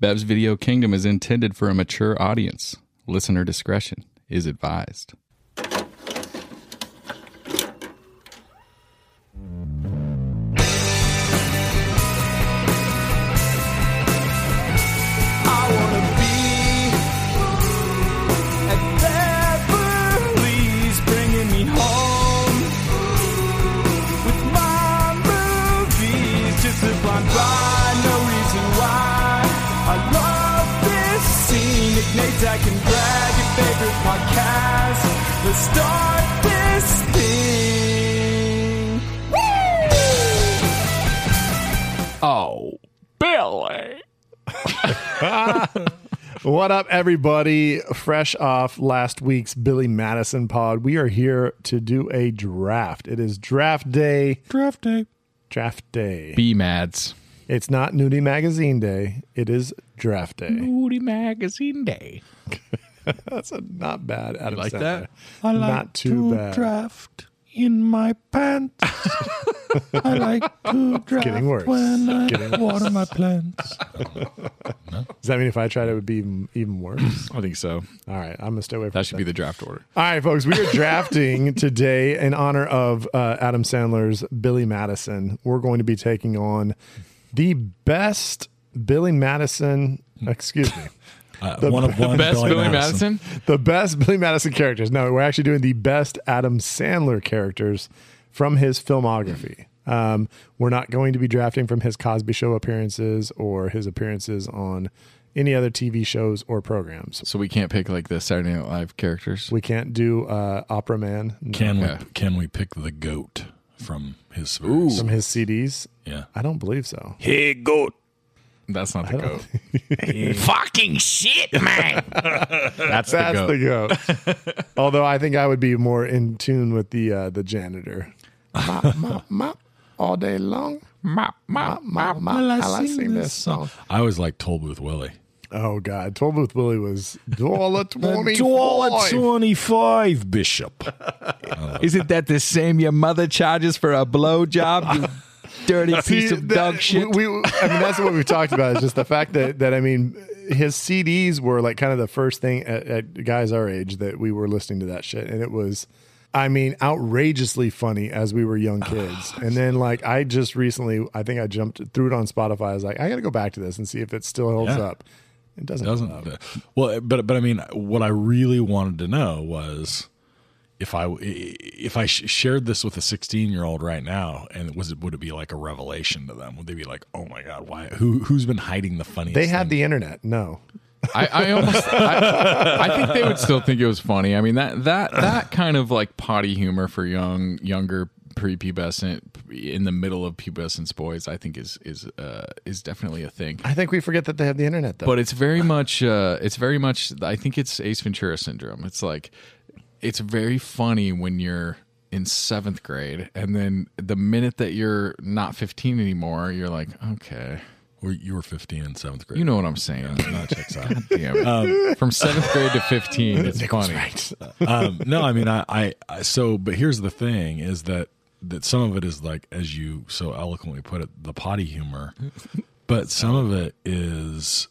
Bev's Video Kingdom is intended for a mature audience. Listener discretion is advised. I wanna be at Beverly's, bringing me home with my movies. Just a blind ride, no reason why. I love this scene. Ignates, I can brag your favorite podcast. Let's start this thing. Oh, Billy. What up, everybody? Fresh off last week's Billy Madison pod, we are here to do a draft. It is draft day. Draft day. Draft day. B Mads. It's not Nudie Magazine Day. It is draft day. Booty Magazine Day. That's a, not bad. Adam like Sandler. that? I like not too to bad. draft in my pants. I like to draft getting worse. when I water my plants. Does that mean if I tried, it would be even, even worse? I think so. All right, I'm gonna stay away from That should be the draft order. All right, folks, we are drafting today in honor of uh, Adam Sandler's Billy Madison. We're going to be taking on the best Billy Madison, excuse me, Uh, one of one Best Billy, Billy Madison. Madison. the best Billy Madison characters. No, we're actually doing the best Adam Sandler characters from his filmography. Um, we're not going to be drafting from his Cosby Show appearances or his appearances on any other TV shows or programs. So we can't pick like the Saturday Night Live characters. We can't do uh, Opera Man no, Can Okay. we can we pick the goat from his Ooh, Ooh. from his CDs. Yeah. I don't believe so. Hey, goat. that's not the goat. Fucking shit, man. That's, That's the goat. the goat. Although I think I would be more in tune with the uh, the janitor. Mop, mop, mop, all day long. Mop, mop, mop, mop. Will I Will I sing sing this this song? I always like Tollbooth Willie. Oh God, Tollbooth Willie was Dwalla twenty Dollar five. 25, Bishop. Isn't that the same your mother charges for a blowjob? You dirty piece See, of that- dog shit. We, we- I mean, that's what we've talked about. Is just the fact that that I mean, his CDs were like kind of the first thing at, at guys our age that we were listening to that shit, and it was. I mean, outrageously funny as we were young kids. And then, like, I just recently, I think I jumped, threw it on Spotify. I was like, I got to go back to this and see if it still holds Yeah. up. It doesn't. Doesn't well, but but I mean, what I really wanted to know was if I if I sh- shared this with a 16 year old right now, and was it would it be like a revelation to them? Would they be like, oh my god, why? Who who's been hiding the funniest? They had thing? the internet. No. I, I almost I, I think they would still think it was funny. I mean that that that kind of like potty humor for young younger prepubescent in the middle of pubescence boys, I think is is uh, is definitely a thing. I think we forget that they have the internet, though. But it's very much uh, it's very much I think it's Ace Ventura syndrome. It's like it's very funny when you're in seventh grade, and then the minute that you're not 15 anymore, you're like, okay, Or you were 15 in seventh grade. you know what I'm saying. That checks out. Damn it. From seventh grade to 15, it's Um, Nick was funny. right. um, no, I mean, I, I, I, so, but here's the thing is that, that some of it is like, as you so eloquently put it, the potty humor, but some of it is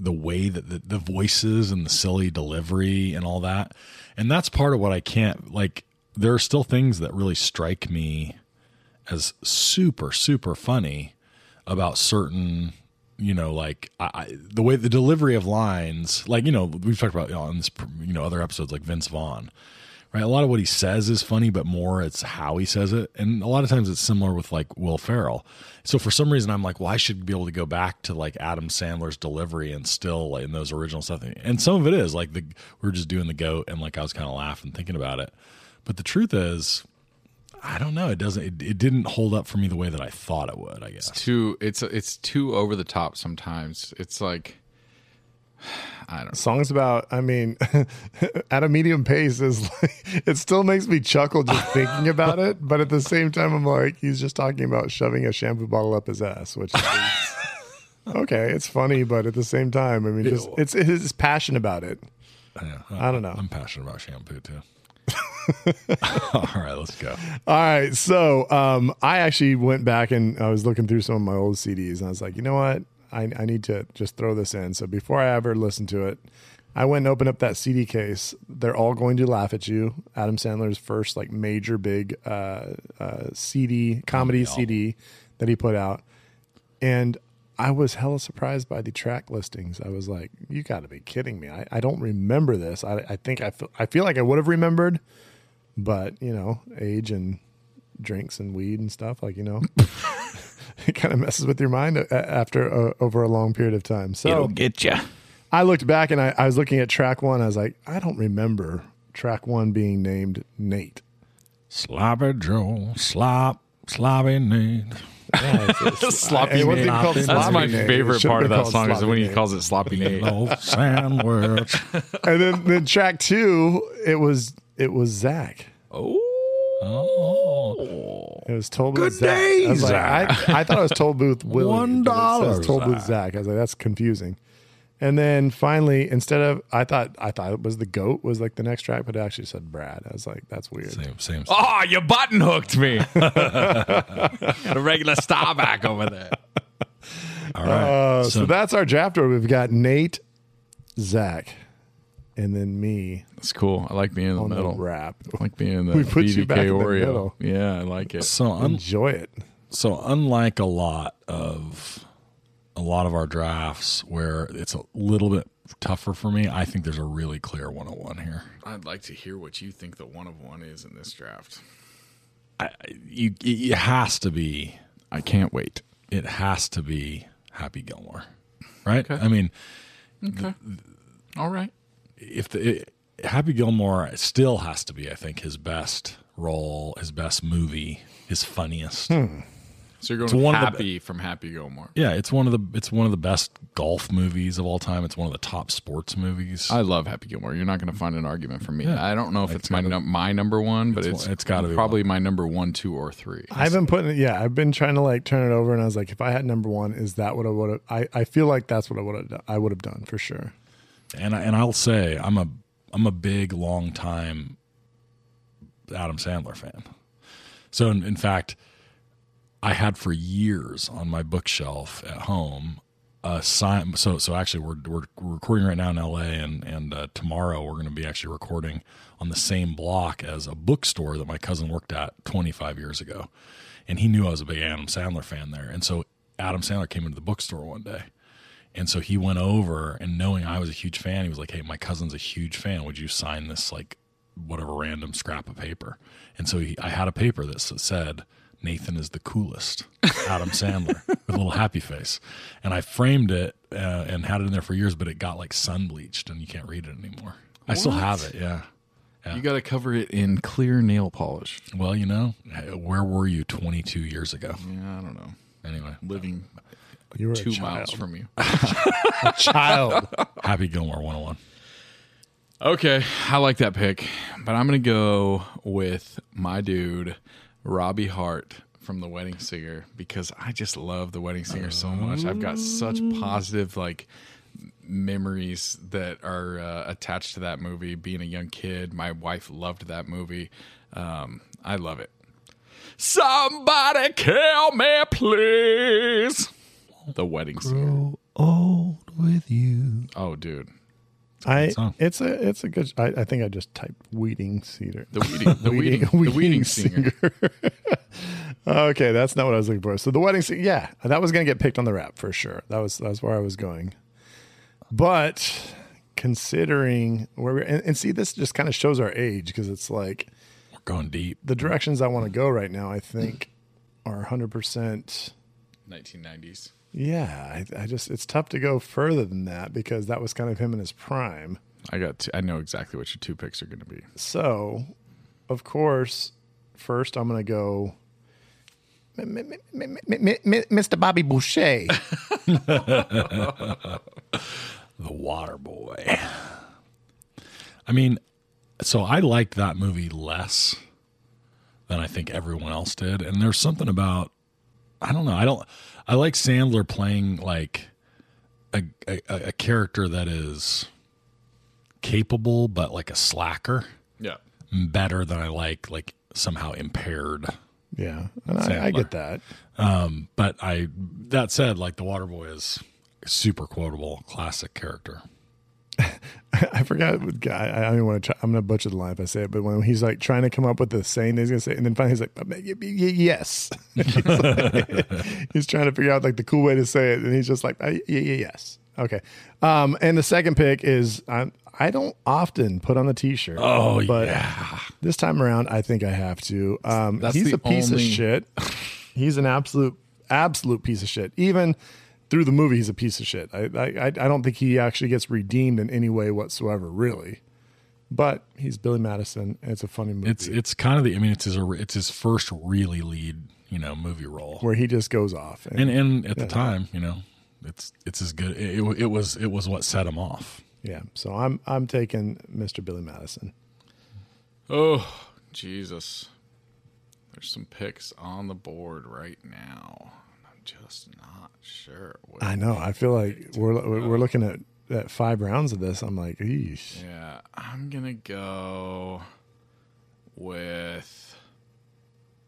the way that the, the voices and the silly delivery and all that. And that's part of what I can't, like, there are still things that really strike me as super, super funny about certain you know like I, I, the way the delivery of lines like you know we've talked about you know, on this you know other episodes like vince vaughn right a lot of what he says is funny but more it's how he says it and a lot of times it's similar with like will ferrell so for some reason i'm like well i should be able to go back to like adam sandler's delivery and still like, in those original stuff and some of it is like the we are just doing the goat and like i was kind of laughing thinking about it but the truth is i don't know it doesn't it, it didn't hold up for me the way that i thought it would i guess Too, it's it's too over the top sometimes. It's like songs about i mean at a medium pace is like it still makes me chuckle just thinking about it but at the same time i'm like he's just talking about shoving a shampoo bottle up his ass which is okay it's funny but at the same time i mean just Ew. it's it's passion about it Yeah, I don't know. I'm passionate about shampoo too. All right, let's go. all right so um i actually went back and i was looking through some of my old cds and i was like you know what I, I need to just throw this in. So before I ever listened to it, I went and opened up that CD case. They're all going to laugh at you. Adam Sandler's first like major big uh, uh, CD comedy CD that he put out, and I was hella surprised by the track listings. I was like, "You got to be kidding me! I, I don't remember this. I, I think I feel, I feel like I would have remembered, but you know, age and drinks and weed and stuff like you know." it kind of messes with your mind a- after uh, over a long period of time. So get you. I looked back and I, I was looking at track one. I was like, I don't remember track one being named Nate. Sloppy Joe, slop, sloppy Nate. Sloppy Hey, what's Nate. it called? That's Sloppy my Nate. It favorite should've part of been that called song is Sloppy when he Nate. calls it Sloppy Nate. Loaf sandwich. And then, then track two, it was it was Zach. Oh. It was Toll Booth Good Zach. I, was day, like, I, I thought it was Toll Booth Willie. because One It dollar, says Toll Booth Zach. I was like, that's confusing. And then finally, instead of I thought I thought it was the goat was like the next track, but it actually said Brad. I was like, that's weird. Same, same. Ah! Oh, you button hooked me. Got a regular Starback over there. All right. Uh, so, that's our draft order. We've got Nate, Zach, and then me That's cool. I like being in the on middle. the wrap. I like being in the We put you BBK back in the Oreo. middle. yeah, I like it. so un- Enjoy it. so unlike a lot of a lot of our drafts where it's a little bit tougher for me, I think there's a really clear 101 here. I'd like to hear what you think the one of one is in this draft. You, it has to be I can't wait. it has to be Happy Gilmore, right? I mean, All right. if the it, Happy Gilmore still has to be, I think his best role, his best movie, his funniest. So you're It's going one with of the- Happy from Happy Gilmore. Yeah, it's one of the it's one of the best golf movies of all time. It's one of the top sports movies. I love Happy Gilmore. You're not going to find an argument from me. Yeah. I don't know if it's, my num- my number one, but It's it's, one- it's gotta be probably my number one, two, or three. I've been putting it, yeah, I've been trying to like turn it over and I was like, if I had number one, is that what I would have I, I feel like that's what I would have done I would have done for sure. and I, and I'll say I'm a I'm a big long time Adam Sandler fan. So in, in fact, I had for years on my bookshelf at home a sign. So so actually we're we're recording right now in L.A. and and uh, tomorrow we're going to be actually recording on the same block as a bookstore that my cousin worked at 25 years ago, and he knew I was a big Adam Sandler fan there, and so Adam Sandler came into the bookstore one day. And so he went over and knowing I was a huge fan, he was like, Hey, my cousin's a huge fan. Would you sign this, like, whatever random scrap of paper? And so he, I had a paper that s- said, Nathan is the coolest, Adam Sandler, with a little happy face. And I framed it uh, and had it in there for years, but it got like sun bleached and you can't read it anymore. I still have it. Yeah. You got to cover it in clear nail polish. Well, you know, hey, where were you 22 years ago? Yeah, I don't know. Anyway, Living You were two a child. miles from you. child. Happy Gilmore 101. Okay, I like that pick, but I'm gonna go with my dude Robbie Hart from The Wedding Singer because I just love The Wedding Singer so much. I've got such positive like memories that are uh, attached to that movie. Being a young kid, my wife loved that movie. Um, I love it. Somebody kill me, please. The Wedding Singer. old with you. Oh, dude. I song. it's a it's a good I, I think I just typed weeding cedar. The Weeding, the weeding, the weeding singer. okay, that's not what I was looking for. So the wedding singer, yeah, that was gonna get picked on the wrap for sure. That was that's where I was going. But considering where we're and, and see this just kind of shows our age because it's like We're going deep. the directions I want to go right now, I think, are 100%. 1990s. Yeah, I, I just, it's tough to go further than that because that was kind of him in his prime. I got. Two, I know exactly what your two picks are going to be. So, of course, first I'm going to go. M- m- m- m- m- m- m- Mr. Bobby Boucher. The Water Boy. I mean, so I liked that movie less than I think everyone else did. And there's something about I don't know. I don't I like Sandler playing like a a, a character that is capable but like a slacker Yeah. better than I like like somehow impaired. yeah, and I, I Sandler. get that. But I that said, like the Water Boy is super quotable classic character. I forgot. what guy- I, I don't even want to. Try, I'm gonna butcher the line if I say it. But when he's like trying to come up with the saying that he's gonna say, and then finally he's like, "But y- y- y- "Yes." he's, like- he's trying to figure out like the cool way to say it, and he's just like, "Yeah, yeah, yes." Okay. Um, and the second pick is I'm, I don't often put on the t-shirt. Oh, but yeah. This time around, I think I have to. Um, That's he's the a piece only- of shit. He's an absolute, absolute piece of shit. Even through the movie, he's a piece of shit. I, I, I I don't think he actually gets redeemed in any way whatsoever, really. But he's Billy Madison. And it's a funny movie It's it's kind of the I mean it's his it's his first really lead you know movie role where he just goes off. And, and and at the time you know it's it's as good it, it was it was what set him off. yeah, so I'm I'm taking Mr. Billy Madison. Oh, Jesus. There's some picks on the board right now. I'm just not sure. What, I know. I feel like we're we're we're looking at, at five rounds of this. I'm like, eesh. yeah, I'm going to go with.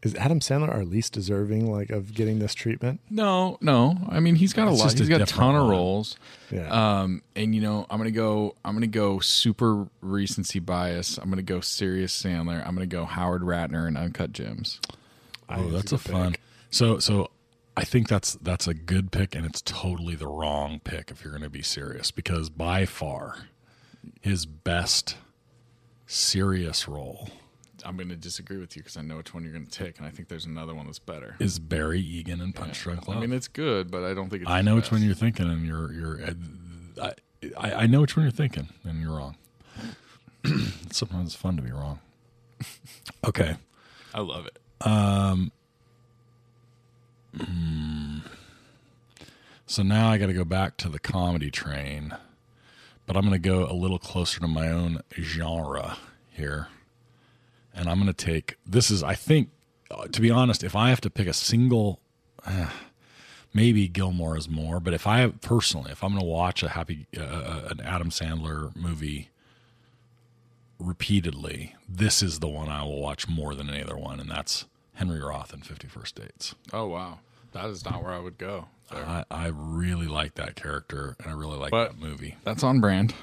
is Adam Sandler our least deserving like of getting this treatment? No, no. I mean, he's got a It's lot. just He's a got a different ton of one. roles. Uh, Yeah. Um, and you know, I'm gonna go. I'm gonna go super recency bias. I'm gonna go serious Sandler. I'm gonna go Howard Ratner and Uncut Gems. Oh, that's a fun. So so I think that's that's a good pick and it's totally the wrong pick if you're going to be serious because by far his best serious role I'm gonna disagree with you because I know which one you're gonna take, and I think there's another one that's better. is Barry Egan in Punch Drunk Love. I I, mean, it's good, but I don't think it's his know which best. one you're thinking and you're you're I, I I know which one you're thinking and you're wrong. It's Sometimes it's fun to be wrong. Okay. Um, I love it. hmm. So now I got to go back to the comedy train, but I'm going to go a little closer to my own genre here. And I'm going to take this is, I think, uh, to be honest, if I have to pick a single, eh, maybe Gilmore is more, but if I personally, if I'm going to watch a happy, uh, uh, an Adam Sandler movie repeatedly, this is the one I will watch more than any other one. And that's Henry Roth in 51st Dates. Oh wow, that is not where I would go. I, I really like that character and I really like But- that movie. That's on brand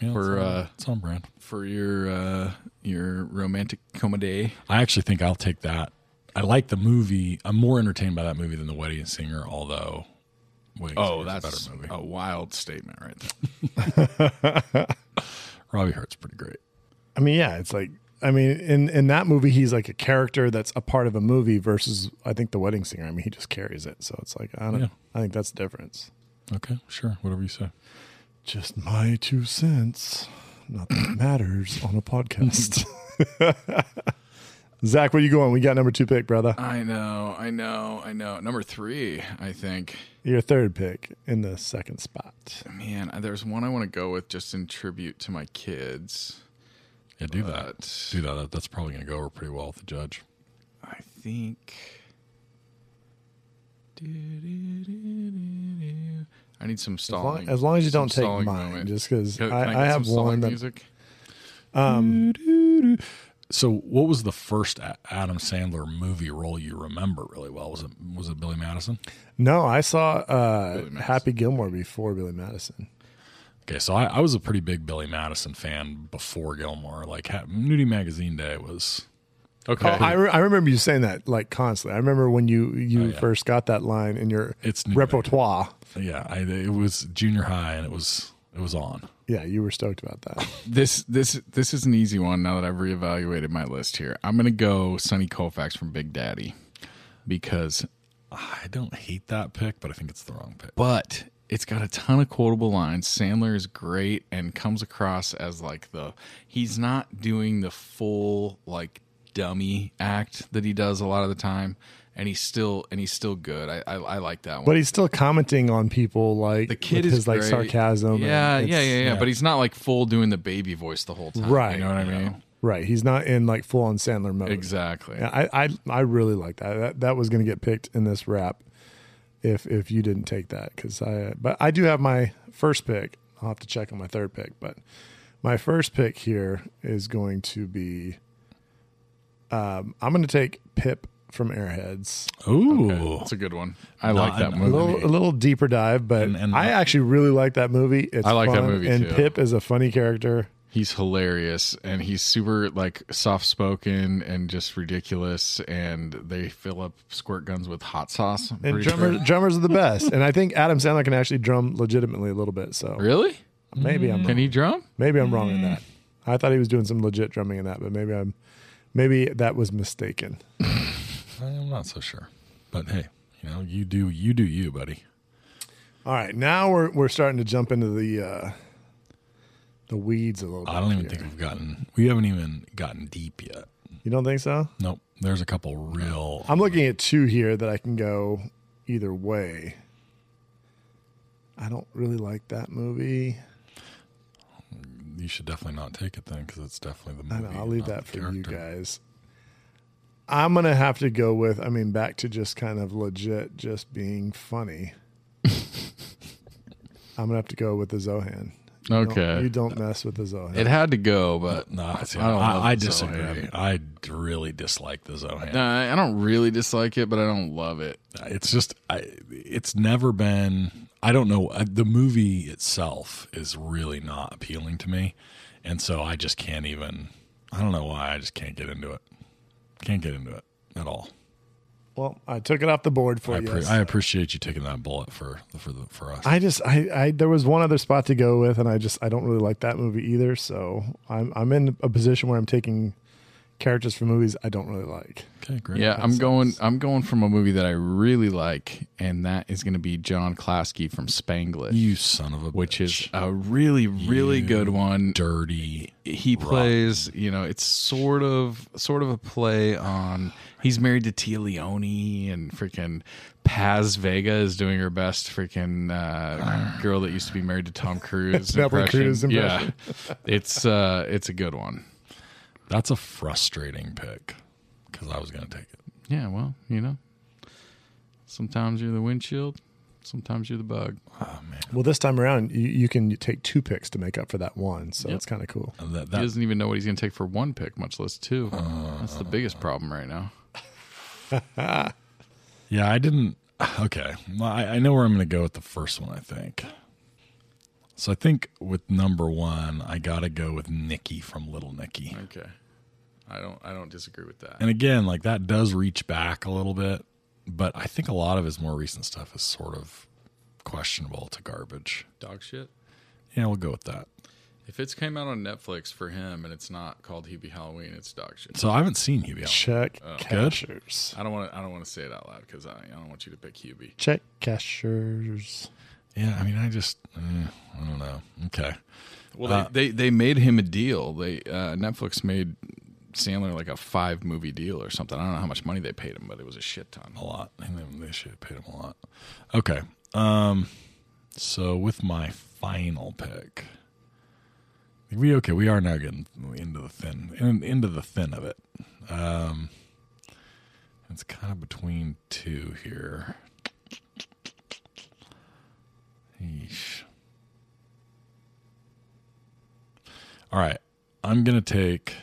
Yeah, For, it's on, uh, it's on brand. for your uh, your romantic comedy. I actually think I'll take that. I like the movie. I'm more entertained by that movie than The Wedding Singer, although Wedding Oh, Singer's that's a better movie. a wild statement right there. Robbie Hart's pretty great. I mean, yeah, it's like I mean, in in that movie, he's like a character that's a part of a movie versus I think the wedding singer. I mean, he just carries it, so it's like I don't. Yeah. I think that's the difference. Okay, sure. Whatever you say. Just my two cents. Nothing matters on a podcast. Zach, where you going? We got number two pick, brother. I know, I know, I know. Number three, I think. Your third pick in the second spot. Man, I- there's one I want to go with just in tribute to my kids. Yeah, do But- that. Do that. That's probably going to go over pretty well with the judge. I think. I need some As stalling. long, as, long as you some don't take stalling mine, moment. just because Can- can I, get I some have stalling one that music. So, what was the first A- Adam Sandler movie role you remember really well? Was it was it Billy Madison? No, I saw uh, Madison. Happy Gilmore before Billy Madison. Okay, so I, I was a pretty big Billy Madison fan before Gilmore. Like ha- Nudie Magazine Day was Okay. Oh, I, re- I remember you saying that like constantly. I remember when you you Oh, yeah. first got that line in your It's new repertoire. yeah, I, it was junior high and it was it was on. Yeah, you were stoked about that. this this this is an easy one now that I've reevaluated my list here. I'm gonna go Sonny Colfax from Big Daddy because I don't hate that pick, but I think it's the wrong pick. but it's got a ton of quotable lines. Sandler is great and comes across as like the he's not doing the full like dummy act that he does a lot of the time, and he's still and he's still good. I I, I like that one. but he's still commenting on people like the kid with is his like great. sarcasm. and Yeah, yeah, yeah, it's- yeah, yeah. But he's not like full doing the baby voice the whole time. Right. You know what I mean? Right, he's not in like full on Sandler mode. Exactly. Yeah, I I, I really like that. that. That was going to get picked in this wrap if if you didn't take that because I. But I do have my first pick. I'll have to check on my third pick, but my first pick here is going to be. Um, I'm going to take Pip from Airheads. Ooh. It's a good one. I like that I- A movie. little, a little deeper dive, but And- and- I actually really like that movie. It's I like that fun, movie, And too. Pip is a funny character. He's hilarious and he's super like soft spoken and just ridiculous. And they fill up squirt guns with hot sauce. I'm And pretty sure. drummers, drummers are the best. And I think Adam Sandler can actually drum legitimately a little bit. So Really? Mm-hmm. maybe I'm Can he drum? maybe I'm Mm. wrong in that. I thought he was doing some legit drumming in that, but maybe I'm maybe that was mistaken. I'm not so sure. But hey, you know, you do you do you, buddy. All right, now we're we're starting to jump into the uh, the weeds a little bit. I don't even here. think we've gotten we haven't even gotten deep yet. you don't think so. Nope. There's a couple real I'm looking at two here that I can go either way. I don't really like that movie. you should definitely not take it then because it's definitely the I movie. know, I'll leave not that the for you character. guys. I'm gonna have to go with. I mean, back to just kind of legit, just being funny. I'm gonna have to go with the Zohan. You don't- Okay. you don't mess with the Zohan. It had to go, but No, see, I don't I, love I, the disagree. Zohan. I really dislike the Zohan. no, I I don't really dislike it, but I don't love it. It's just, I, it's never been. I don't know. uh, The movie itself is really not appealing to me, and so I just can't even. I don't know why. I just can't get into it. Can't get into it at all. well, I took it off the board for I, you. appre- I appreciate you taking that bullet for for the, for us. I just I, I there was one other spot to go with, and I just I don't really like that movie either. So I'm I'm in a position where I'm taking characters from movies I don't really like. okay, great. Yeah, I'm going. I'm going from a movie that I really like, and that is going to be John Klasky from Spanglish, you son of a which bitch. is a really, really You good one. dirty. He plays, you know, it's sort of, sort of a play on. He's married to Tia Leone, and freaking Paz Vega is doing her best. Freaking uh, girl that used to be married to Tom Cruise. Penelope impression. Cruz impression. Yeah, it's uh, it's a good one. That's a frustrating pick because I was going to take it. Yeah, well, you know, sometimes you're the windshield, sometimes you're the bug. Well, this time around you, you can take two picks to make up for that one, so Yep. it's kind of cool. And That, He that doesn't even know what he's going to take for one pick, much less two. That's the biggest problem right now. Yeah, I didn't. Okay, well, I, I know where I'm going to go with the first one. I think. So I think with number one, I got to go with Nikki from Little Nicky. Okay, I don't. I don't disagree with that. And again, like that does reach back a little bit, but I think a lot of his more recent stuff is sort of questionable to garbage. Dog shit. Yeah, we'll go with that. If it's came out on Netflix for him and it's not called He Be Halloween, it's dog shit. So I haven't seen Hubie. Allen. Check Oh, cashers. I don't want to. I don't want to say it out loud because I, I don't want you to pick Hubie. Check cashers. Yeah, I mean, I just eh, I don't know. Okay, Well, Uh, they, they they made him a deal. They uh, Netflix made Sandler like a five movie deal or something. I don't know how much money they paid him, but it was a shit ton. a lot. And then they should have paid him a lot. Okay. Um so with my final pick. We okay, we are now getting into the thin in, into the thin of it. Um it's kind of between two here. Yeesh. All right. I'm gonna take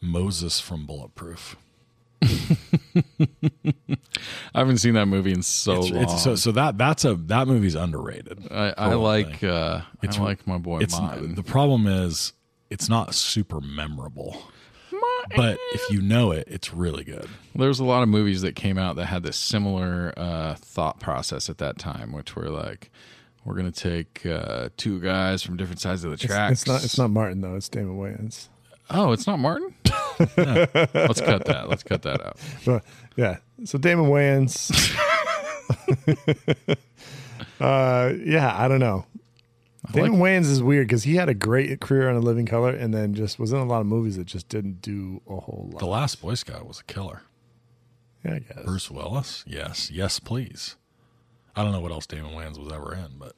Moses from Bulletproof. I haven't seen that movie in so It's- long. it's- so so that that's a that movie's underrated. I, for I one like thing. uh, It's- I like my boy it's mine. the problem is it's not super memorable. But if you know it, it's really good. There's a lot of movies that came out that had this similar uh, thought process at that time, which were like, we're gonna take uh, two guys from different sides of the tracks. It's not it's not Martin though. It's Damon Wayans. Oh, it's not Martin. Let's cut that. Let's cut that out. But yeah, so Damon Wayans. uh, yeah, I don't know. Damon Wayans is weird because he had a great career on A Living Color, and then just was in a lot of movies that just didn't do a whole The lot. Last Boy Scout was a killer. Yeah, I guess. Bruce Willis, yes, yes, please. I don't know what else Damon Wayans was ever in, but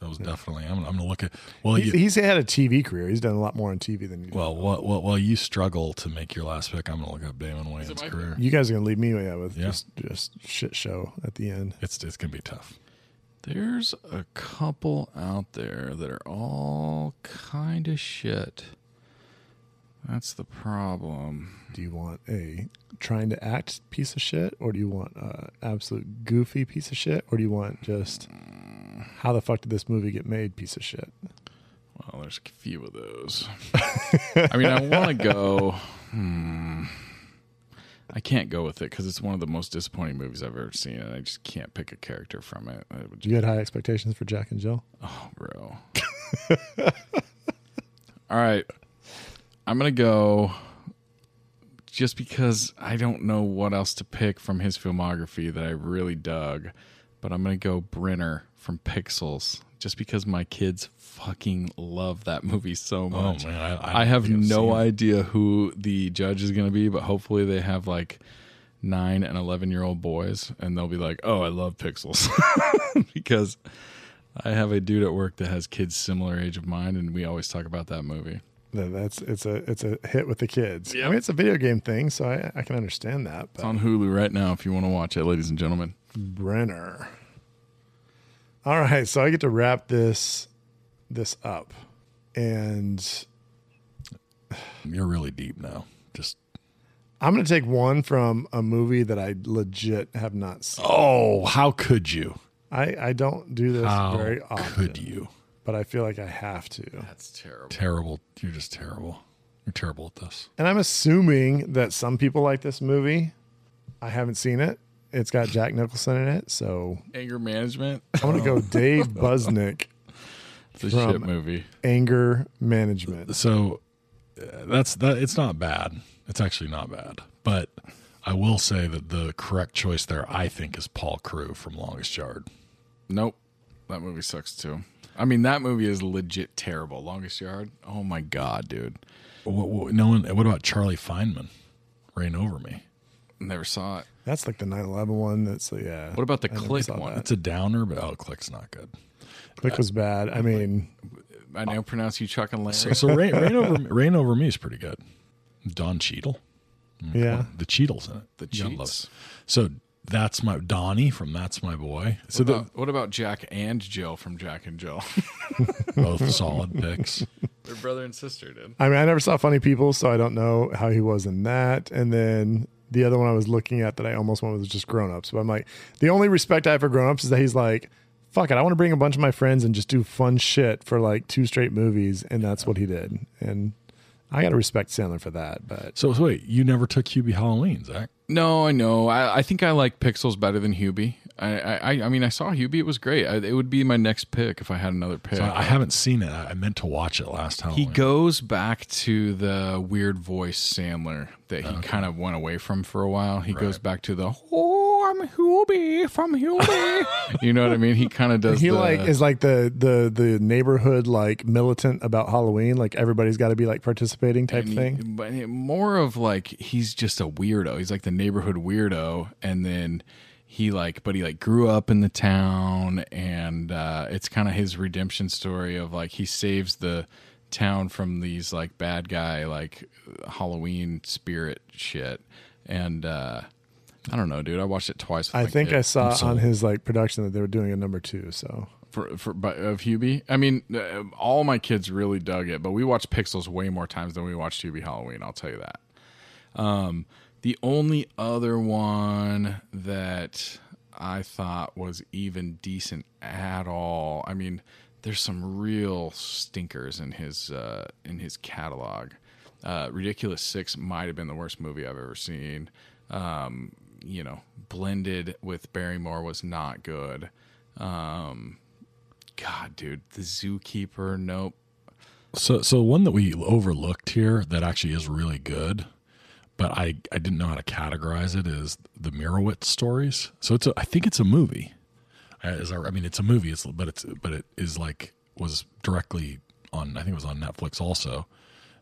that was definitely. I'm, I'm gonna look at. Well, He's, you, he's had a TV career. He's done a lot more on TV than you. well, well, well, well, you struggle to make your last pick. I'm gonna look up Damon Wayans' my pick? career. you guys are gonna leave me yeah, with Yeah. just just shit show at the end. It's it's gonna be tough. There's a couple out there that are all kind of shit. That's the problem. Do you want a trying to act piece of shit, or do you want a absolute goofy piece of shit, or do you want just how the fuck did this movie get made piece of shit? Well, there's a few of those. I mean, I want to go. hmm. I can't go with it because it's one of the most disappointing movies I've ever seen, and I just can't pick a character from it. I would You had high expectations for Jack and Jill. bro. All right. I'm going to go just because I don't know what else to pick from his filmography that I really dug, but I'm going to go Brenner from Pixels just because my kids fucking love that movie so Oh much. man, I, I have no idea who the judge is going to be, but hopefully they have like nine and 11 year old boys and they'll be like, oh, I love pixels. because I have a dude at work that has kids similar age of mine, and we always talk about that movie. Then that's it's a it's a hit with the kids. I mean, it's a video game thing, so I, I can understand that. But It's on Hulu right now if you want to watch it, ladies and gentlemen. Brenner. All right, so I get to wrap this this up, and You're really deep now. Just I'm going to take one from a movie that I legit have not seen. oh, how could you? I I don't do this How very often, could you? but I feel like I have to. That's terrible. Terrible. You're just terrible. You're terrible at this. And I'm assuming that some people like this movie. I haven't seen it. It's got Jack Nicholson in it, so Anger Management. I'm going to go Dave Buznick, It's a From- shit movie. Anger Management. So uh, that's that. It's not bad. It's actually not bad. But I will say that the correct choice there, I think, is Paul Crew from Longest Yard. Nope. That movie sucks too. I mean, that movie is legit terrible. Longest Yard. Oh my God, dude. What, what, no one. What about Charlie Feynman? Reign over me. Never saw it. That's like the 9/11 one. That's yeah. What about the I never Click saw one? that. It's a downer, but oh, click's not good. Click was bad. I mean, I now pronounce you Chuck and Larry. So rain, rain over rain over me is pretty good. Don Cheadle, yeah. the Cheadle's in it. The You gotta Cheats. love it. So that's my Donnie from That's My Boy. So What the, about- Uh, what about Jack and Jill from Jack and Jill? both solid picks. They're brother and sister, dude. I mean, I never saw Funny People, so I don't know how he was in that. And then the other one I was looking at that I almost went with was just Grown Ups. But I'm like, the only respect I have for Grown Ups is that he's like, fuck it, I want to bring a bunch of my friends and just do fun shit for like two straight movies, and that's what he did. And I gotta respect Sandler for that. But So, so wait, you never took QB Halloween, Zach? No, I know. I, I think I like Pixels better than Hubie. I, I, I- I mean, I saw Hubie. It was great. I, it would be my next pick if I had another pick. So I, I haven't seen it. I, I meant to watch it last Halloween. Uh-uh. he goes back to the weird voice Sandler that he kind of went away from for a while. He goes back to the "Oh, I'm Hubie from Hubie." you know what I mean? He kind of does. he the, like is like the the the neighborhood like militant about Halloween, like everybody's got to be like participating type And he- thing. But he- more of like he's just a weirdo. He's like the neighborhood weirdo, and then he like, but he like grew up in the town, and uh, it's kind of his redemption story of like he saves the town from these like bad guy like Halloween spirit shit, and uh, I don't know, dude. I watched it twice. With I my think kid I saw on his like production that they were doing a number two. So for, for by, of Hubie. I mean, uh, all my kids really dug it, but we watched Pixels way more times than we watched Hubie Halloween. I'll tell you that. Um, the only other one that I thought was even decent at all. I mean, there's some real stinkers in his uh, in his catalog. Uh, Ridiculous Six might have been the worst movie I've ever seen. Um, you know, blended with Barrymore was not good. Um, God, dude, the Zookeeper. Nope. So, so one that we overlooked here that actually is really good, but I, I didn't know how to categorize it is the Mirowitz stories. So it's a, I think it's a movie. As I, I mean, it's a movie. It's but it's but it is like was directly on. I think it was on Netflix also,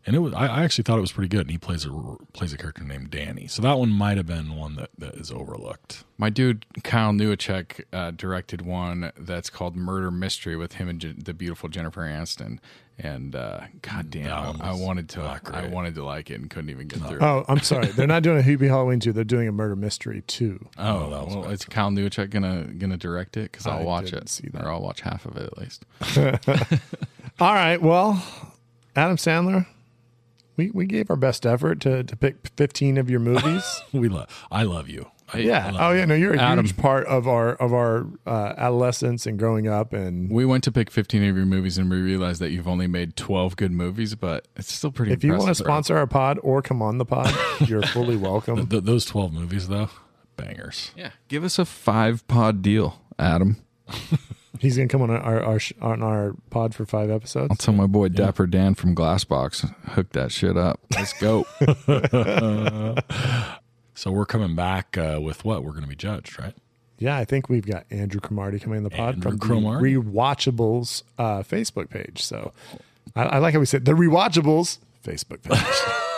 and it was. I, I actually thought it was pretty good. And he plays a plays a character named Danny. So that one might have been one that, that is overlooked. My dude Kyle Newacek uh, directed one that's called Murder Mystery with him and J- the beautiful Jennifer Aniston. And uh, God damn, That one I, I was wanted to, not I great. wanted to like it and couldn't even get through. it. Oh, I'm sorry. They're not doing a Hubie Halloween 2. They're doing a murder mystery 2. Oh, well, is Kyle Newacek gonna gonna direct it? Because I'll I watch didn't it, see that. or I'll watch half of it at least. All right. Well, Adam Sandler, we, we gave our best effort to, to pick 15 of your movies. We love. I love you. I, I yeah. love Oh yeah. No, you're a Adam. huge part of our of our uh, adolescence and growing up. And We went to pick 15 of your movies and we realized that you've only made 12 good movies, but it's still pretty if you want to impressive. sponsor our pod or come on the pod, you're fully welcome. Th- those twelve movies though, bangers. Yeah, give us a five pod deal, Adam. He's gonna come on our, our sh- on our pod for five I'll episodes. tell my boy Dapper Dan from Glassbox, hook that shit up. Let's go. So we're coming back uh, with what we're going to be judged, right? Yeah, I think we've got Andrew Cromarty coming on the pod Andrew from Cromarty? the Rewatchables uh, Facebook page. So I, I like how we said the Rewatchables Facebook page.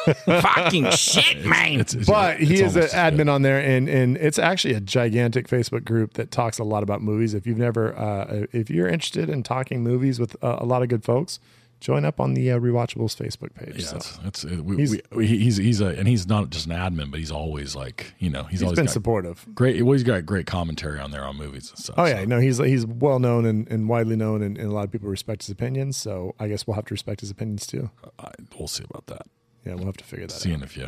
It's, it's- but it's he is an almost as good. admin on there, and and it's actually a gigantic Facebook group that talks a lot about movies. If you've never, uh, if you're interested in talking movies with uh, a lot of good folks, join up on the uh, Rewatchables Facebook page. Yeah, so. it's, it's it, we, He's- we, we, he's he's a and he's not just an admin, but he's always like you know he's, He's always been got supportive. great. Well, he's got great commentary on there on movies and stuff. Oh yeah, no, he's he's well known and, and widely known, and, and a lot of people respect his opinions. So I guess we'll have to respect his opinions too. so uh, I, we'll see about that. Yeah, we'll have to figure that out. See you in a few.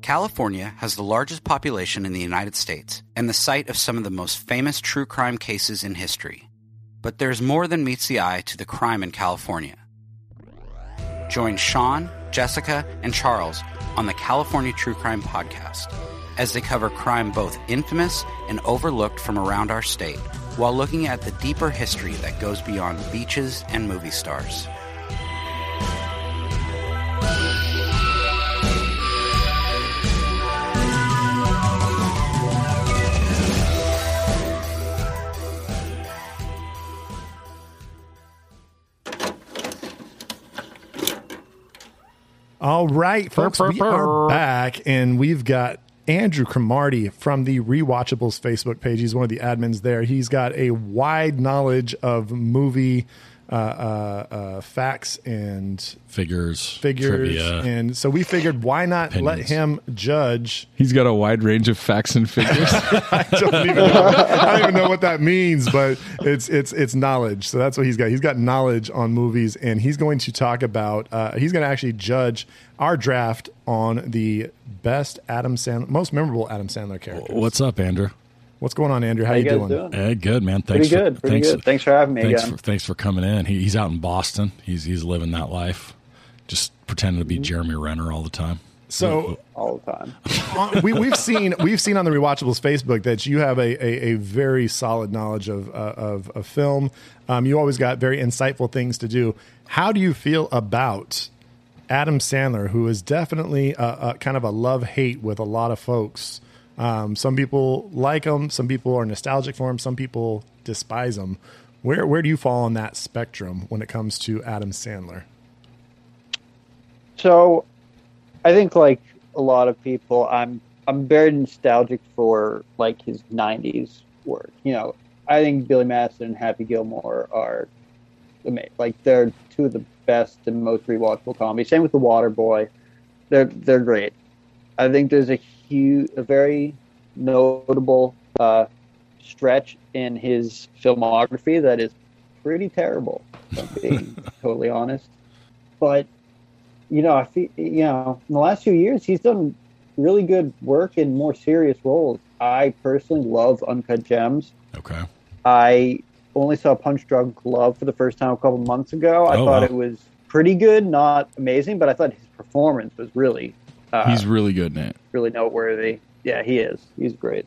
California has the largest population in the United States and the site of some of the most famous true crime cases in history. But there's more than meets the eye to the crime in California. Join Sean, Jessica, and Charles on the California True Crime Podcast as they cover crime both infamous and overlooked from around our state while looking at the deeper history that goes beyond beaches and movie stars. All right, folks, we are back, and we've got Andrew Cromarty from the Rewatchables Facebook page. He's one of the admins there. He's got a wide knowledge of movie uh, uh, uh, facts and Figures, figures, trivia. and so we figured why not let Opinions. him judge. He's got a wide range of facts and figures. I don't, even know, I don't even know what that means, but it's it's it's knowledge. So that's what he's got. He's got knowledge on movies, and he's going to talk about. Uh, he's going to actually judge our draft on the best Adam Sandler, most memorable Adam Sandler character. What's up, Andrew? What's going on, Andrew? Oh. How, How you you guys doing? doing? Hey, good man. Thanks. Pretty for- good. Pretty thanks good. Thanks for having me thanks again. for thanks for coming in. He, he's out in Boston. He's he's living that life, just pretending to be Mm-hmm. Jeremy Renner all the time. So all the time. on, we, we've seen we've seen on the Rewatchables Facebook that you have a, a, a very solid knowledge of uh, of, of film. Um, you always got very insightful things to do. How do you feel about Adam Sandler, who is definitely a, a kind of a love hate with a lot of folks? Um, some people like him, some people are nostalgic for him, some people despise him. Where where do you fall on that spectrum when it comes to Adam Sandler? So, I think like a lot of people, I'm I'm very nostalgic for like his '90s work. You know, I think Billy Madison and Happy Gilmore are amazing. Like they're two of the best and most rewatchable comedies. Same with The Waterboy. They're they're great. I think there's a huge, a very notable uh, stretch in his filmography that is pretty terrible. If I'm being totally honest, but you know, I feel, you know, in the last few years, he's done really good work in more serious roles. I personally love Uncut Gems. Okay. I only saw Punch Drunk Love for the first time a couple months ago. I Oh, thought wow. it was pretty good, not amazing, but I thought his performance was really, uh, He's really good in it. really noteworthy. Yeah, he is. He's great.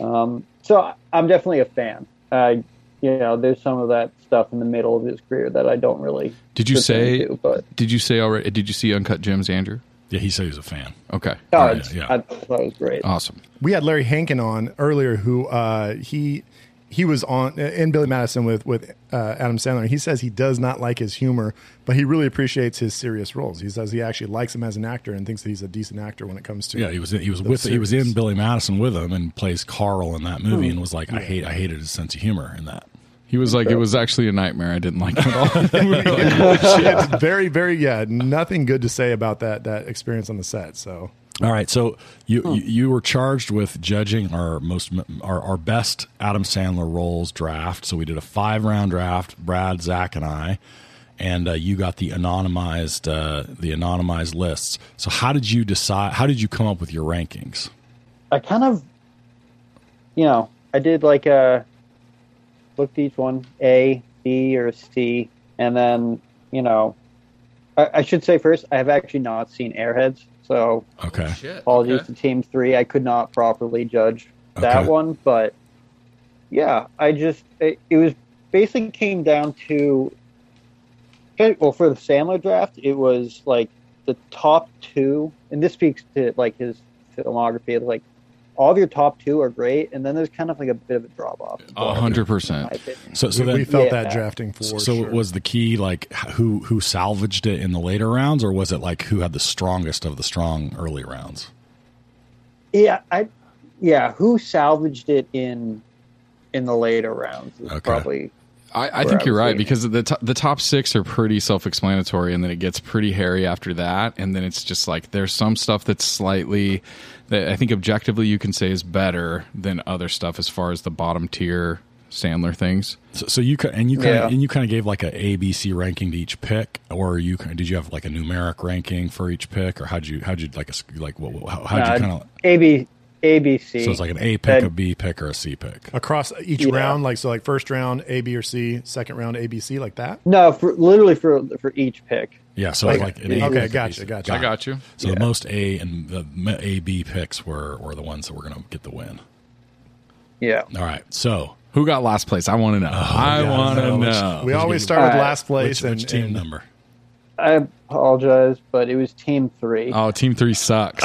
Um, so I- I'm definitely a fan. Uh, you know, there's some of that stuff in the middle of his career that I don't really. Did you say? pertain to, but Did you say already? Did you see Uncut Gems, Andrew? Yeah, he said he was a fan. Oh. Okay, no, yeah, it's- yeah. I thought it was great. awesome. we had Larry Hankin on earlier, who uh, he he was on in Billy Madison with with uh, Adam Sandler. He says he does not like his humor, but he really appreciates his serious roles. He says he actually likes him as an actor and thinks that he's a decent actor when it comes to Yeah, he was in, he was those with he was in series. Billy Madison with him and plays Carl in that Hmm. movie and was like I hate I hated his sense of humor in that. He was like, it was actually a nightmare. I didn't like it at all. it's very very yeah, nothing good to say about that that experience on the set. So All right, so you you, you were charged with judging our most our, our best Adam Sandler roles draft. So we did a five round draft. Brad, Zach, and I, and uh, you got the anonymized uh, the anonymized lists. So how did you decide? How did you come up with your rankings? I kind of, you know, I did like a looked each one A, B, or C, and then you know, I, I should say first I have actually not seen Airheads, so Oh, Okay, apologies to Team Three. I could not properly judge that Okay. one, but yeah, I just it, it was basically came down to eh, well for the Sandler draft, it was like the top two, and this speaks to like his filmography. Like all of your top two are great, and then there's kind of like a bit of a drop off. A hundred percent. so so we, we then. felt Yeah. that drafting for So sure. it was the key, like who who salvaged it in the later rounds, or was it like who had the strongest of the strong early rounds? Yeah, I yeah, who salvaged it in in the later rounds is Okay. probably I, I think I you're was right leaning. because the to- the top six are pretty self-explanatory, and then it gets pretty hairy after that, and then it's just like there's some stuff that's slightly that I think objectively you can say is better than other stuff as far as the bottom tier Sandler things. So, so you ki- and you kind Yeah. of and you kind of gave like a A B C ranking to each pick, or you kind did you have like a numeric ranking for each pick, or how'd you how'd you like a s- like what what- how, how'd uh, you kind of AB ABC. so it's like an A pick, a And- B pick, or a C pick. across each Yeah. round, like so, like first round A, B, or C, second round A, B, C, like that. No, for literally for for each pick. Yeah, so it's Okay. like an A. Okay, pick, a B, gotcha, C. gotcha. Got I it. got you. So the most A and the m- A B picks were were the ones that were going to get the win. Yeah. All right, so Who got last place? I want to know. I yeah, want to no, which- know. We always good. start with Alright. last place Uh, and, which, which team and number? I apologize, but it was team three. oh, Team Three sucks.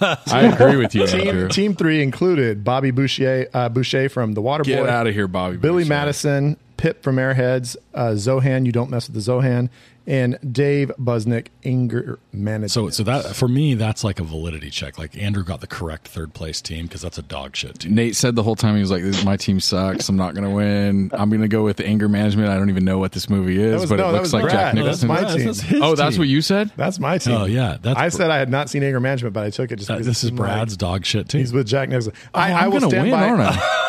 I agree with you, Andrew. team, team three included Bobby Boucher, uh, Boucher from The Waterboy, Get out of here, Bobby. Billy Boucher. Madison, Pip from Airheads, uh, Zohan, You Don't Mess with the Zohan, and Dave Buznick, Anger Management. So so that for me that's like a validity check. Like Andrew got the correct third place team because that's a dog shit team. Nate said the whole time he was like, this, "My team sucks. I'm not going to win. I'm going to go with anger management. I don't even know what this movie is, was- but no, that it looks was like Jack Brad. No, Nicholson." my team. his oh, that's team. what you said. that's my team. Oh, yeah, that's I br- said I had not seen Anger Management, but I took it just That- because this it's is my- Brad's Oh, dog shit team. He's with Jack Nicholson. I, I am will going to stand win, by. aren't I?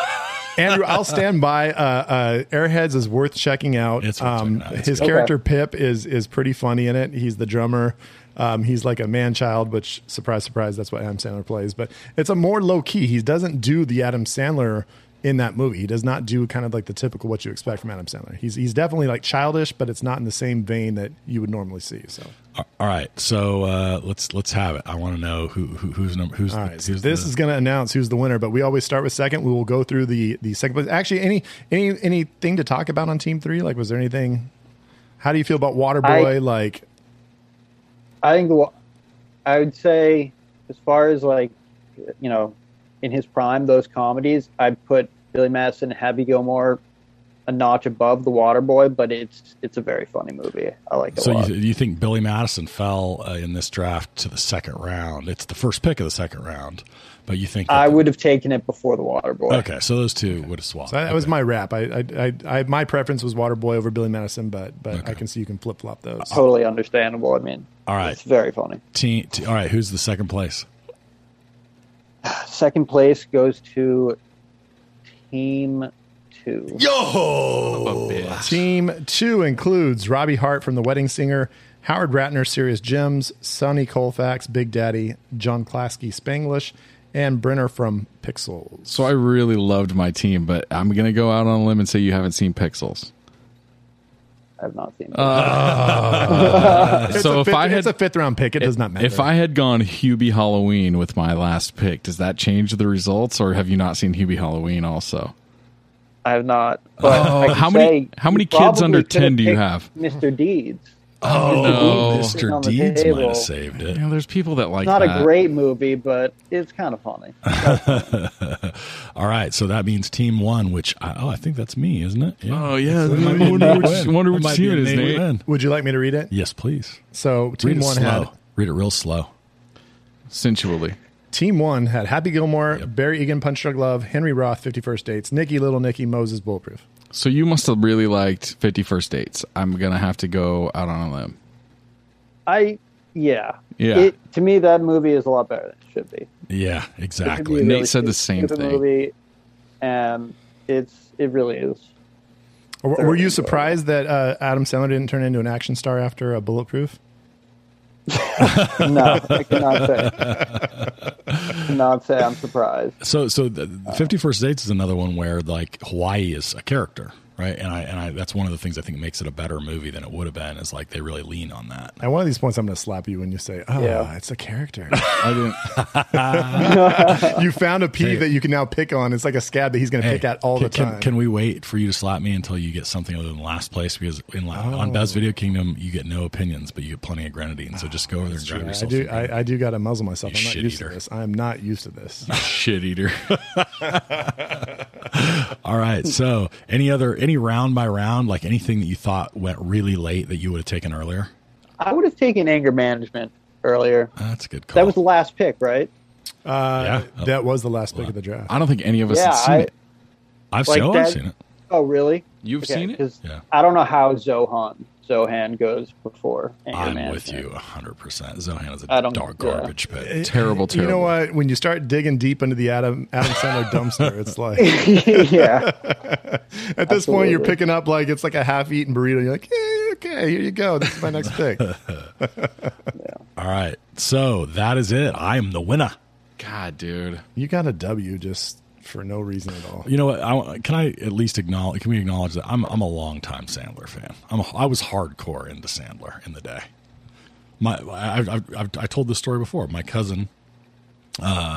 Andrew, I'll stand by. Uh, uh, Airheads is worth checking out. Um, It's worth checking out. It's His good. character Pip is is pretty funny in it. He's the drummer. Um, he's like a man child, which surprise, surprise, that's what Adam Sandler plays. But it's a more low key. He doesn't do the Adam Sandler in that movie. He does not do kind of like the typical what you expect from Adam Sandler. He's he's definitely like childish, but it's not in the same vein that you would normally see. So All right, so uh, let's let's have it. I want to know who, who who's number who's, All the- right, so who's this the- is going to announce who's the winner, but we always start with second. We will go through the the second place. Actually, any any anything to talk about on Team Three? Like, was there anything? How do you feel about Waterboy? I- like, I think the, wa- I would say as far as like you know in his prime those comedies I'd put Billy Madison and Happy Gilmore a notch above The Waterboy, but it's it's a very funny movie. I like it a so lot. you, you think Billy Madison fell uh, in this draft to the second round? It's the first pick of the second round, but you think that I the- would have taken it before The Waterboy. Okay, so those two would have swapped. so that was my wrap. I, I I I my preference was Waterboy over Billy Madison, but but I can see you can flip flop those. Totally understandable. I mean, All right. it's very funny. Team, te- all right, who's the second place? Second place goes to Team Two. Team two includes Robbie Hart from The Wedding Singer, Howard Ratner, Serious Gems, Sonny Colfax, Big Daddy, John Klasky, Spanglish, and Brenner from Pixels. So I really loved my team, but I'm going to go out on a limb and say you haven't seen Pixels. I've not seen. it. Oh, It's so a if fifth, I had it's a fifth round pick, it does not matter. if I had gone Hubie Halloween with my last pick, does that change the results, or have you not seen Hubie Halloween also? I have not. But I can how many- say Oh, how many you kids probably under could have 10 do you picked have? Mr. Deeds. Oh, No. Mr. On the Deeds might table. have saved it. You know, there's people that like Not that. a great movie, but it's kind of funny. All right, so that means team one, which I, oh, I think that's me, isn't it? Oh yeah, That might I be a wonder Nate which, win. wonder That which might be team a it is, Nate Nate. win. Would you like me to read it? Yes, please. So Read team it one slow. had Read it real slow. Sensually, Team one had Happy Gilmore, Barry Egan, Punch Drug Love, Henry Roth, Fifty First Dates, Nikki Little Nicky, Moses Bulletproof. so you must have really liked Fifty First Dates. I'm gonna have to go out on a limb. I yeah Yeah. It, to me, that movie is a lot better than it should be. Yeah, It should be exactly. a Nate said the stupid same thing. Movie, and it's it really is. Or, There were we you go. surprised that uh, Adam Sandler didn't turn into an action star after a Bulletproof? No, I cannot say. I cannot say I'm surprised. So, so the- the Fifty First Dates is another one where like Hawaii is a character, right? And I and I that's one of the things I think makes it a better movie than it would have been is like they really lean on that. At one of these points, I'm going to slap you when you say, "Oh, Yeah. it's a character." I didn't. you found a pea Hey. that you can now pick on. It's like a scab that he's going to Hey, pick at all can, the time. Can, can we wait for you to slap me until you get something other than last place? Because in la- on Buzz Video Kingdom, you get no opinions, but you get plenty of grenadine. So just go over there and grab Yeah, I yourself. do. some grenadine. I, I do got to muzzle myself. You I'm not shit used eater. to this. I'm not used to this. Shit eater. All right. So any other any round by round, like anything that you thought went really late that you would have taken earlier? I would have taken anger management earlier. That's a good call. That was the last pick, right? Uh, Yeah. that was the last pick of the draft. I don't think any of us Yeah, have seen I- it. I've, like oh, I've that- seen it. Oh, really? You've Okay, seen it? 'cause Yeah. I don't know how Zohan Zohan goes before anger I'm with management. you 100%. Zohan is I a don't- dark yeah. garbage pit. Terrible, You terrible. know what? When you start digging deep into the Adam Adam Sandler dumpster, it's like yeah, At this point, you're Absolutely. picking up like it's like a half-eaten burrito. You're like, yeah, okay, here you go. This is my next pick. All right. So that is it. I am the winner. God, dude. You got a W just for no reason at all. You know what? I, can I at least acknowledge? Can we acknowledge that I'm I'm a longtime Sandler fan. I'm a, I was hardcore into Sandler in the day. My I, I've, I've I told this story before. My cousin, uh,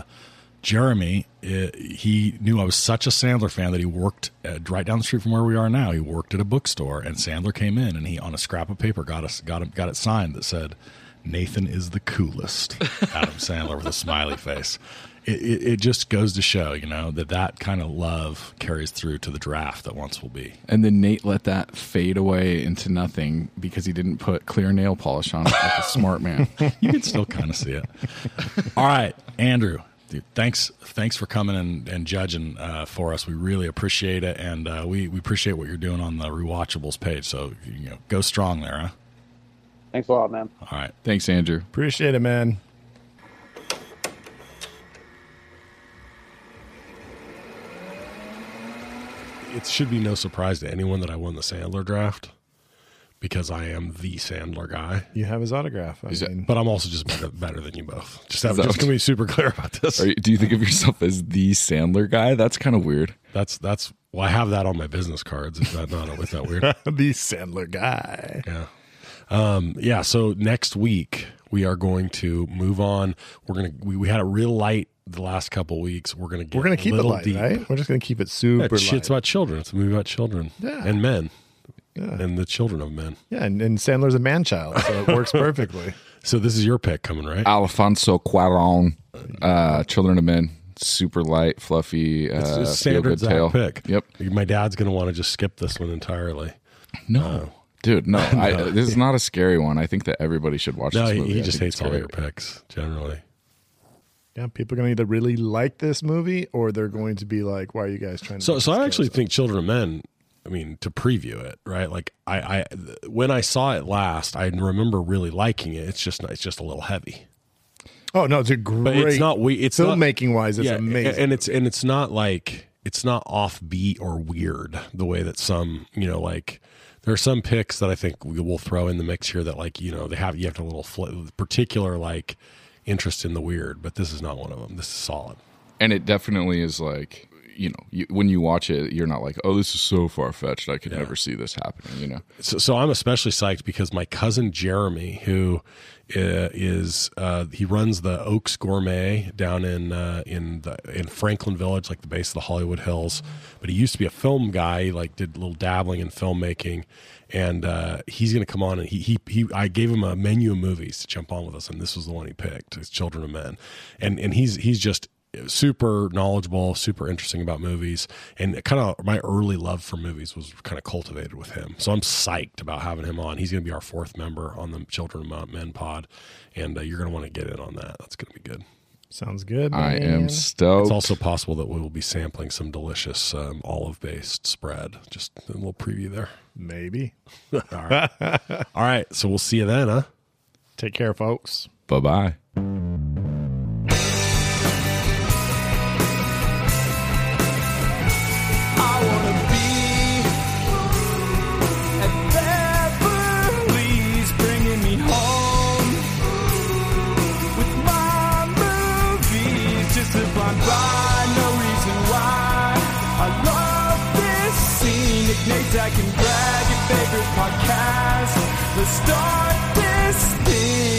Jeremy, eh, he knew I was such a Sandler fan that he worked at, right down the street from where we are now. He worked at a bookstore, and Sandler came in, and he on a scrap of paper got us got him got it signed that said. Nathan is the coolest. Adam Sandler with a smiley face. It, it, it just goes to show, you know, that that kind of love carries through to the draft that once will be. And then Nate let that fade away into nothing because he didn't put clear nail polish on it like a smart man. You can still kind of see it. All right, Andrew, dude, thanks thanks for coming and, and judging uh, for us. We really appreciate it, and uh, we we appreciate what you're doing on the rewatchables page. So you know, go strong there, huh? thanks a lot, man. All right. Thanks, Andrew. Appreciate it, man. it should be no surprise to anyone that I won the Sandler draft because I am the Sandler guy. You have his autograph. I it- mean, But I'm also just better, better than you both. Just, have, that- just gonna be super clear about this. Are you, do you think of yourself as the Sandler guy? That's kind of weird. That's that's well, I have that on my business cards. Is that not is that weird? the Sandler guy. Yeah. Um, yeah. So next week we are going to move on. We're gonna we, we had it real light the last couple weeks. We're gonna get We're gonna a keep it little light, deep. right? We're just gonna keep it Yeah, super it's, light. it's about children. It's a movie about children Yeah. and men Yeah. and the children of men. yeah, and, and Sandler's a man child, so it works perfectly. So this is your pick coming, right? Ah, Alfonso Cuaron, uh, Children of Men, super light, fluffy, uh, It's just standard feel-good Zach tale. pick. Yep. My dad's going to want to just skip this one entirely. No, dude, no. I, this is not a scary one. I think that everybody should watch. No, this he, movie. he I just think it's hates all great. your picks generally. Yeah, people are gonna either really like this movie or they're going to be like, "Why are you guys trying to?" So, make so us I kill actually ourselves? think Children of Men. I mean, to preview it, right? Like I, I, th- when I saw it last, I remember really liking it. It's just, not, it's just a little heavy. Oh no, it's a great. But it's not we. It's not- filmmaking wise. It's yeah, amazing. a- and it's and it's not like it's not offbeat or weird the way that some you know like there are some picks that I think we will throw in the mix here that like you know they have you have to a little fl- particular like interest in the weird, but this is not one of them. This is solid. and it definitely is like you know you, when you watch it, you're not like, oh, this is so far fetched. I could never see this happening. You know, so, so I'm especially psyched because my cousin Jeremy, who uh, is uh, he runs the Oaks Gourmet down in uh, in the, in Franklin Village, like the base of the Hollywood Hills. But he used to be a film guy. He like did a little dabbling in filmmaking, and uh, he's going to come on. And he, he he I gave him a menu of movies to jump on with us, and this was the one he picked: "It's Children of Men," and and he's he's just super knowledgeable, super interesting about movies, and kind of my early love for movies was kind of cultivated with him. So I'm psyched about having him on. He's going to be our fourth member on the Children of Men pod, and uh, you're going to want to get in on that. That's going to be good. Sounds good. I man. am stoked. It's also possible that we will be sampling some delicious um, olive-based spread. Just a little preview there. Maybe. All right, all right. So we'll see you then, huh? Take care, folks. bye bye. I wanna be at Beverly's, bringing me home with my movies. Just a blind by, no reason why. I love this scene. Nick Nate, I can brag your favorite podcast. Let's start this thing.